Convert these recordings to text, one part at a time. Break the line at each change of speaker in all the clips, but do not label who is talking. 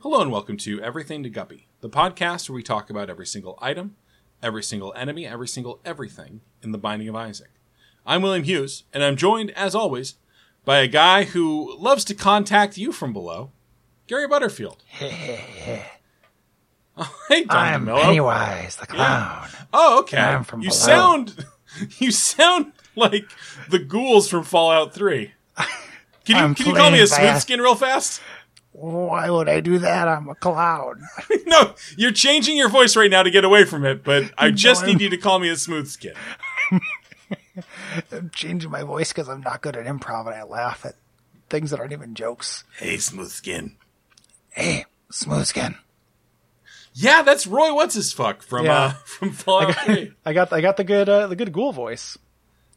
Hello and welcome to Everything to Guppy, the podcast where we talk about every single item, every single enemy, every single everything in the Binding of Isaac. I'm William Hughes, and I'm joined, as always, by a guy who loves to contact you from below, Gary Butterfield. hey, Don
I'm
DeMello.
Pennywise the clown.
Oh, okay.
I'm from
you
below.
sound you sound like the ghouls from Fallout 3. Can you
I'm
can you call me a
playing
smooth
fast.
skin real fast?
Why would I do that? I'm a clown.
No, you're changing your voice right now to get away from it, but I just
I'm-
need you to call me a smooth skin.
I'm changing my voice because I'm not good at improv and I laugh at things that aren't even jokes.
Hey, smooth skin.
Hey, smooth skin.
Yeah, that's Roy what's his fuck from
Yeah.
uh from Fallout 3.
I got I got the good uh, the good ghoul voice.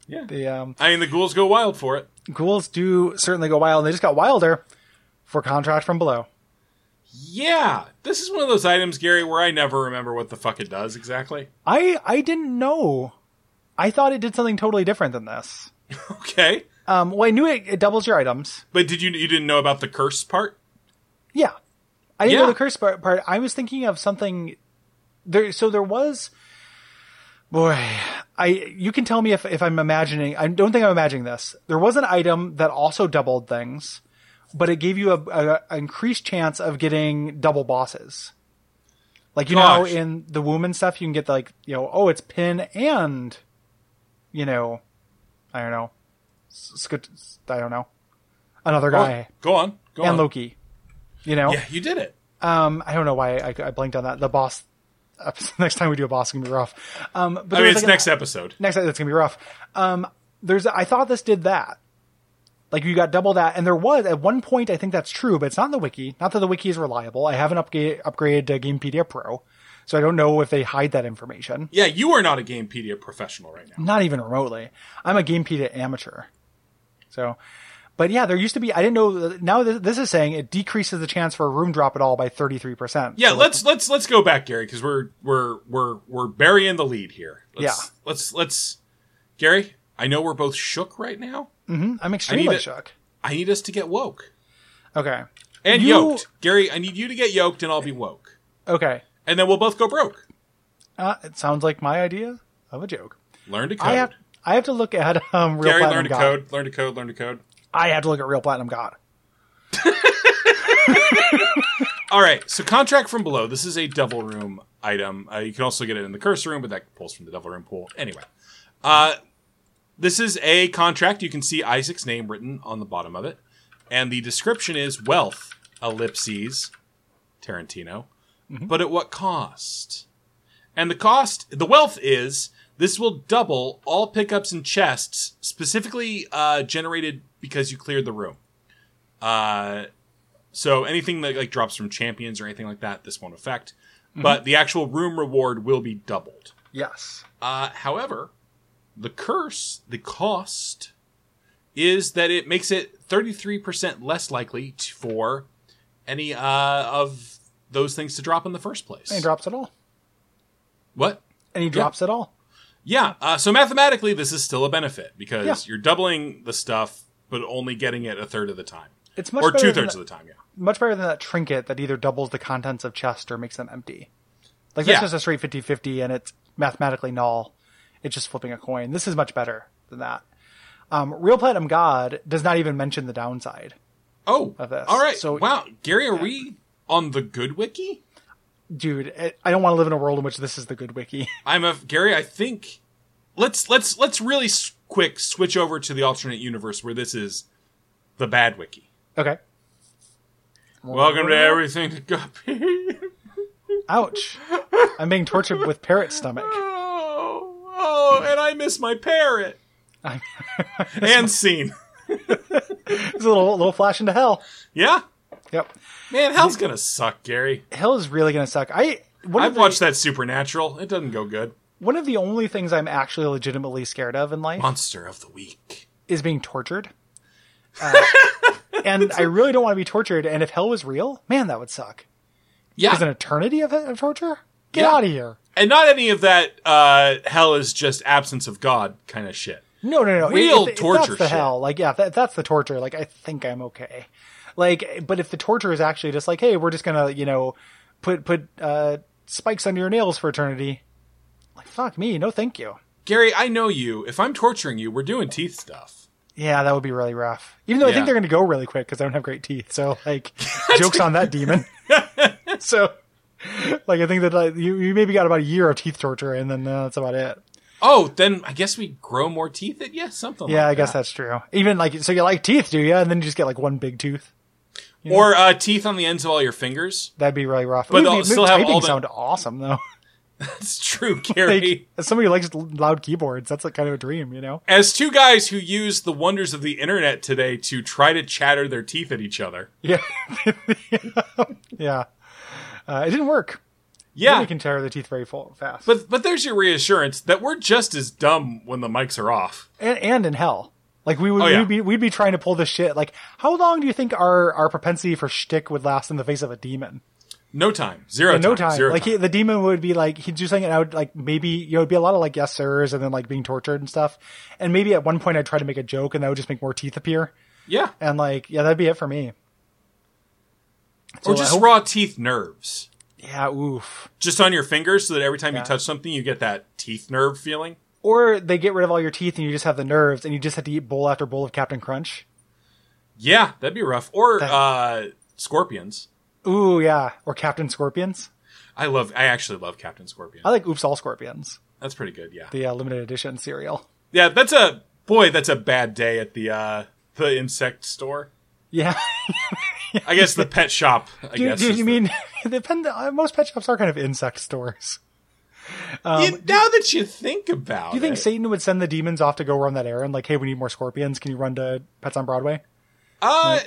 Yeah.
The um,
I mean the ghouls go wild for it.
ghouls do certainly go wild. and They just got wilder for contract from below.
Yeah. This is one of those items, Gary, where I never remember what the fuck it does exactly.
I I didn't know. I thought it did something totally different than this.
Okay.
Um, well, I knew it, it doubles your items.
But did you you didn't know about the curse part?
Yeah. I didn't
Yeah.
know the curse part, part. I was thinking of something there. So there was, boy, I, you can tell me if, if I'm imagining, I don't think I'm imagining this. There was an item that also doubled things, but it gave you a, a, a increased chance of getting double bosses. Like, you know,
Gosh.
how in the womb and stuff, you can get like, you know, oh, it's pin and, you know, I don't know, S- scut- I don't know,
Oh,
another guy
Go on. Go
and
on.
Loki, you know?
Yeah, you did it.
Um, I don't know why I, I blanked on that. The boss. uh, next time we do a boss, it's gonna be rough. Um, but
I
there
mean,
was
it's
like an-
next episode.
next time that's gonna be rough. Um, there's. I thought this did that. Like you got double that, and there was at one point. I think that's true, but it's not in the wiki. Not that the wiki is reliable. I haven't upgrade, upgraded to Gamepedia Pro, so I don't know if they hide that information.
Yeah, you are not a Gamepedia professional right now.
Not even remotely. I'm a Gamepedia amateur. So, but yeah, there used to be. I didn't know. Now this, this is saying it decreases the chance for a room drop at all by thirty three percent.
Yeah, let's let's let's go back, Gary, because we're we're we're we're burying the lead here. Let's,
Yeah.
Let's let's Gary. I know we're both shook right now.
Mm, I'm extremely
to-
shook.
I need us to get woke
Okay.
and
You-
yoked, Gary. I need you to get yoked, and I'll be woke,
Okay.
and then we'll both go broke.
Uh, it sounds like my idea of a joke.
Learn to code,
I have I have to look at um real
Gary.
platinum
Learn to
god.
code. Learn to code. Learn to code.
I have to look at real platinum god.
All right. So contract from below. This is a devil room item. Uh, you can also get it in the curse room, but that pulls from the devil room pool. Anyway, uh, this is a contract. You can see Isaac's name written on the bottom of it, and the description is wealth ellipses Tarantino, but at what cost? And the cost, the wealth is this will double all pickups and chests specifically uh, generated because you cleared the room. Uh, so anything that like drops from champions or anything like that, this won't affect.
Mm-hmm.
But the actual room reward will be doubled.
Yes.
Uh, however, the curse, the cost, is that it makes it thirty three percent less likely t- for any uh, of those things to drop in the first place.
And he drops it all.
what?
And he drops it all.
Yeah. Uh, so mathematically, this is still a benefit because
Yeah.
you're doubling the stuff, but only getting it a third of the time,
It's much
or
better
two
than
thirds
that-
of the time. Yeah.
Much better than that trinket that either doubles the contents of chest or makes them empty. Like
Yeah.
that's just a straight 50-50 and it's mathematically null. It's just flipping a coin. This is much better than that. Um, real platinum god does not even mention the downside.
Oh,
this.
all right. So
So-
wow, Gary, are we on the good wiki?
Dude, I- I don't want to live in a world in which this is the good wiki.
I'm a Gary. I think let's let's let's really s- quick switch over to the alternate universe where this is the bad wiki.
Okay.
Welcome to everything to Guppy.
Ouch. I'm being tortured with parrot stomach.
Oh, oh, and I miss my parrot.
I'm-
and scene.
It's a little little flash into hell.
Yeah,
Yep.
man, hell's gonna suck, Gary.
Hell is really gonna suck. I one of
I've
the,
watched that Supernatural. It doesn't go good.
one of the only things I'm actually legitimately scared of in life
Monster of the week.
is being tortured. Uh, and I really don't want to be tortured. And if hell was real, man, that would suck. Is an
Yeah,
eternity of, of torture? Get
Yeah.
out of here.
and not any of that. Uh, hell is just absence of God kind of shit.
No, no, no.
Real
if, if
torture
That's the
shit.
hell. Like, yeah, if that, that's the torture. Like, I think I'm okay. Like, but if the torture is actually just like, hey, we're just gonna, you know, put put uh, spikes under your nails for eternity. Like, fuck me, no, thank you.
Gary, I know you. If I'm torturing you, we're doing teeth stuff.
Yeah, that would be really rough. Even though I
Yeah.
think they're gonna go really quick because I don't have great teeth. So, like, jokes on that demon. so, like, I think that like, you you maybe got about a year of teeth torture, and then uh, that's about it.
Oh, then I guess we grow more teeth. At, yeah, something.
Yeah,
like
I guess
that.
that's true. Even like, so you like teeth, do you? And then you just get like one big tooth.
Or uh, teeth on the ends of all your fingers.
That'd be really rough.
But
But
they'll
Ooh,
still
still
have
typing
all the-
sound awesome though.
That's true,
like,
Gary.
as somebody who likes loud keyboards, that's like kind of a dream, you know.
As two guys who use the wonders of the internet today to try to chatter their teeth at each other.
Yeah, yeah. Uh, it didn't work.
Yeah,
Nobody can tear their teeth very full, fast.
but but there's your reassurance that we're just as dumb when the mics are off.
and, and in hell, like we would
Oh, yeah.
we'd be we'd be trying to pull this shit. Like, how long do you think our our propensity for shtick would last in the face of a demon?
No time, zero
In no
Oh, time,
time.
zero
like
time.
He, the demon would be like he'd do something, and I would like maybe you know it'd be a lot of like yes sirs, and then like being tortured and stuff. And maybe at one point I'd try to make a joke, and that would just make more teeth appear.
yeah,
And like, yeah, that'd be it for me.
or
I
just
hope-
raw teeth nerves,
Yeah, oof.
just on your fingers, so that every time you touch something, you get that teeth nerve feeling.
Or they get rid of all your teeth and you just have the nerves and you just have to eat bowl after bowl of Captain Crunch.
Yeah, that'd be rough. Or uh, scorpions.
Ooh, yeah. Or Captain Scorpions.
I love. I actually love Captain Scorpion.
I like Oops All Scorpions,
That's pretty good. Yeah,
the uh, limited edition cereal.
yeah. That's a boy. That's a bad day at the uh, the insect store.
Yeah.
I guess the pet shop. I
Do,
guess
do
is
you
the-
mean the pen, uh, most pet shops are kind of insect stores?
You- now that you think about,
um, Do you think
it,
Satan would send the demons off to go run that errand? Like, hey, we need more scorpions. Can you run to Pets on Broadway?
Uh,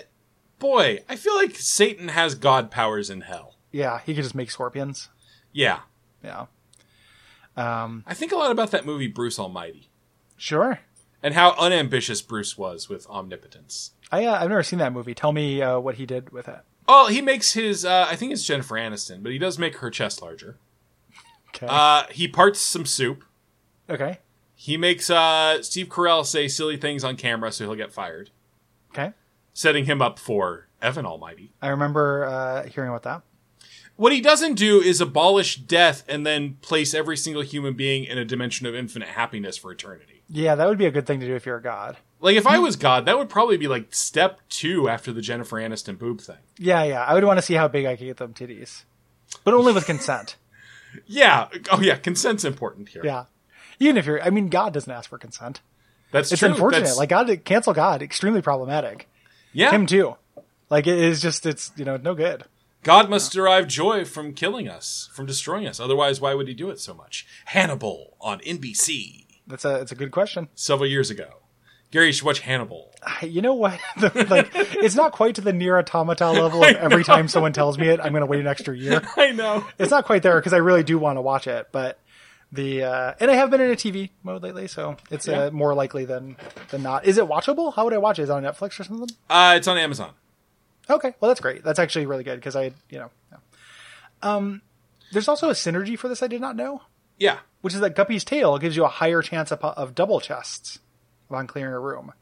boy, I feel like Satan has god powers in hell.
Yeah, he could just make scorpions.
Yeah,
Yeah. Um,
I think a lot about that movie Bruce Almighty
sure.
and how unambitious Bruce was with omnipotence.
I, uh, I've never seen that movie. Tell me uh, what he did with it.
Oh, he makes his. Uh, I think it's Jennifer Aniston, but he does make her chest larger.
Okay.
Uh, he parts some soup.
okay.
He makes uh, Steve Carell say silly things on camera so he'll get fired,
Okay.
setting him up for Evan Almighty.
I remember uh, hearing about that.
What he doesn't do is abolish death and then place every single human being in a dimension of infinite happiness for eternity.
Yeah, that would be a good thing to do if you're a god.
Like if I was God, that would probably be like step two after the Jennifer Aniston boob thing.
Yeah, yeah. I would want to see how big I could get them titties, but only with consent.
Yeah. Oh yeah. Consent's important here.
Yeah. Even if you're, I mean, God doesn't ask for consent.
That's
It's
true.
unfortunate.
That's-
Like God, cancel God, extremely problematic.
yeah,
Him too. Like it is just, it's you know, no good.
God must derive joy from killing us, from destroying us. Otherwise, why would he do it so much? Hannibal on NBC
That's a, it's a good question.
several years ago. Gary, you should watch Hannibal.
I- You know what? The- like it's not quite to the near automata level of every time someone tells me it, I'm going to wait an extra year.
I know.
It's not quite there because I really do want to watch it, but the uh and I have been in a TV mode lately, so it's uh, more likely than than not. Is it watchable? How would I watch it? Is it on Netflix or something?
Uh, it's on Amazon.
Okay, well that's great. That's actually really good because I, you know, yeah. um, there's also a synergy for this I did not know,
Yeah.
which is that Guppy's tail gives you a higher chance of, of double chests upon clearing a room.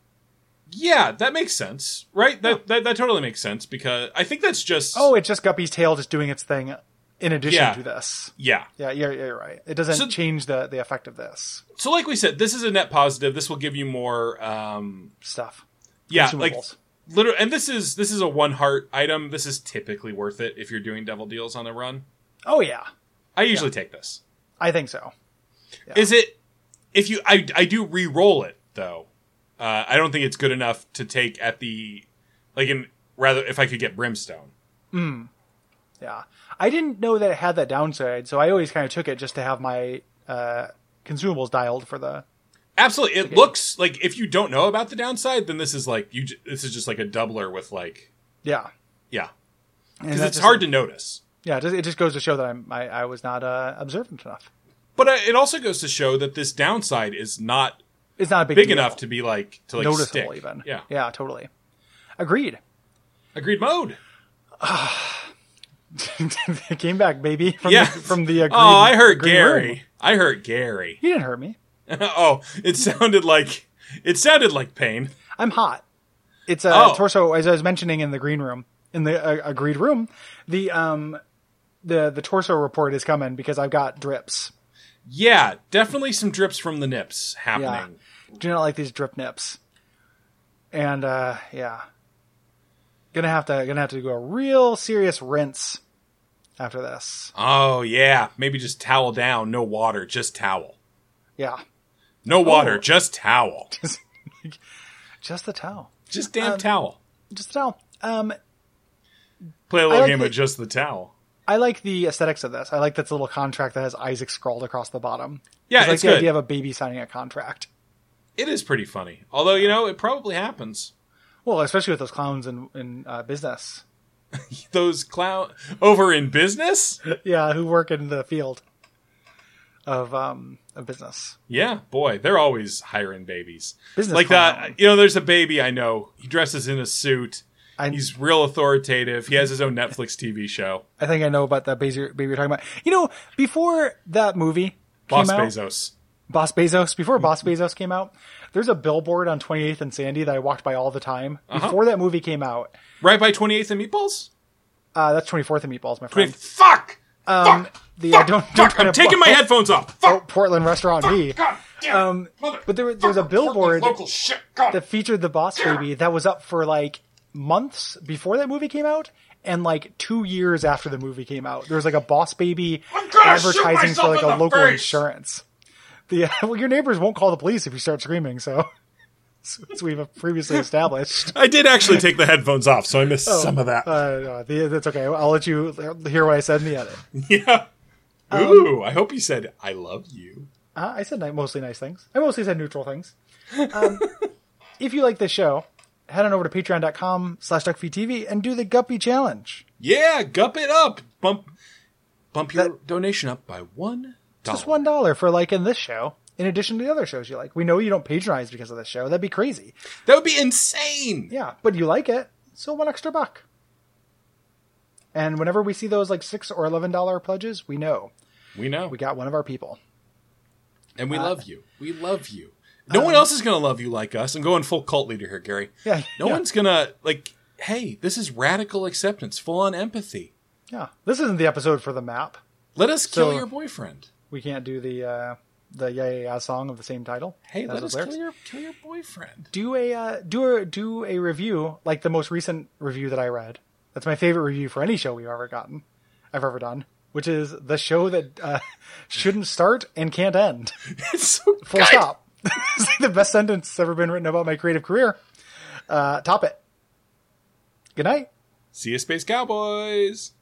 Yeah, that makes sense, right? That, that that totally makes sense because I think that's just
Oh, it's just Guppy's tail just doing its thing in addition
Yeah.
to this.
yeah.
Yeah, you're, you're right. It doesn't
So-
change the the effect of this
So like we said, this is a net positive. This will give you more um
stuff.
yeah, like
Consumables.
literally and this is this is a one heart item. This is typically worth it if you're doing devil deals on a run.
Oh yeah,
I usually take this.
I think so.
Is it if you I I do re-roll it though. Uh I don't think it's good enough to take at the like in rather if I could get brimstone.
Yeah, I didn't know that it had that downside, so I always kind of took it just to have my uh, consumables dialed for the
Absolutely. It looks like if you don't know about the downside, then this is like you j- this is just like a doubler with like
yeah.
yeah.
And
Cuz
that
it's
just-
hard to notice.
yeah, it just, it just goes to show that I'm, I, I was not uh, observant enough.
But uh, it also goes to show that this downside is not
It's not a big,
big
deal.
enough to be like to like
noticeable
stick.
even.
Yeah.
yeah, totally. Agreed.
Agreed mode.
It came back, baby. From
Yeah.
the, from the agreed,
oh, I hurt
agreed
Gary.
room.
I hurt Gary.
You didn't hurt me.
oh, it sounded like It sounded like pain.
I'm hot. It's a
Oh.
torso, as I was mentioning in the green room, in the uh, agreed room. The um, the the torso report is coming because I've got drips.
Yeah, definitely some drips from the nips happening.
Do not like these drip nips. And uh, yeah, gonna have to gonna have to do a real serious rinse after this.
Oh yeah, maybe just towel down, no water, just towel.
Yeah,
No water,
Oh.
just towel.
just the towel,
Just damn
Um,
towel.
just the towel. Um,
Play a little
like
game
the-
of just the towel.
I like the aesthetics of this. I like this little contract that has Isaac scrawled across the bottom.
Yeah,
I like
it's
the
good.
idea of a baby signing a contract.
It is pretty funny. Although, you know, it probably happens.
Well, especially with those clowns in in uh, business.
Those clown over in business?
yeah, who work in the field of um of business.
Yeah, boy, they're always hiring babies.
Business
like
clown.
that, you know, there's a baby I know. He dresses in a suit.
I
He's real authoritative. He has his own Netflix TV show.
I think I know about that baby, baby you're talking about. You know, before that movie
Boss
came out,
Bezos.
Boss Bezos, before Boss Bezos came out, there's a billboard on 28th and Sandy that I walked by all the time.
Uh-huh.
Before that movie came out,
Right by 28th and Meatballs?
uh, that's 24th and Meatballs, my friend.
Fuck! fuck!
the-
fuck!
Um, I don't-
fuck!
don't-
I'm taking my headphones off. Fuck!
Portland restaurant B
God damn! it.
um,
Mother-
but there were- there was a
fucker,
billboard
fucking Local shit. God.
that featured the Boss Baby that was up for like months before that movie came out. And like two years after the movie came out, there was like a Boss Baby
I'm gonna shoot
advertising for
myself
like
in
a
the
local
face.
insurance. The well, your neighbors won't call the police if you start screaming. So, as we've previously established.
I did actually take the headphones off, so I missed some of that.
Uh, no, the, that's okay. I'll let you hear what I said in the edit.
yeah.
um,
Ooh, I hope you said I love you.
Uh, I said ni- mostly nice things. I mostly said neutral things. Um, if you like this show, head on over to patreon.com slash duckfeedtv and do the guppy challenge.
Yeah, gup it up. Bump bump your donation up by one
Just
dollar.
one dollar for liking this show, in addition to the other shows you like. We know you don't patronize because of this show. That'd be crazy.
That would be insane.
Yeah, but you like it, so one extra buck. And whenever we see those like six or eleven dollar pledges, we know
We know.
we uh, got one of our people.
and we love you. We love you. No
um,
one else is gonna love you like us. I'm going full cult leader here, Gary.
Yeah,
No
yeah.
one's gonna like, hey, this is radical acceptance, full on empathy.
Yeah, this isn't the episode for the map.
Let us kill
So-
your boyfriend.
we can't do the uh, the yeah yeah yeah song of the same title.
Hey, let
That's the
us
lyrics.
kill your kill your boyfriend.
Do a uh, do a do a review like the most recent review that I read. That's my favorite review for any show we've ever gotten, I've ever done, which is the show that uh, shouldn't start and can't end.
It's so
Full
good.
stop. it's like the best sentence that's ever been written about my creative career. Uh, top it. Good night.
See you, space cowboys.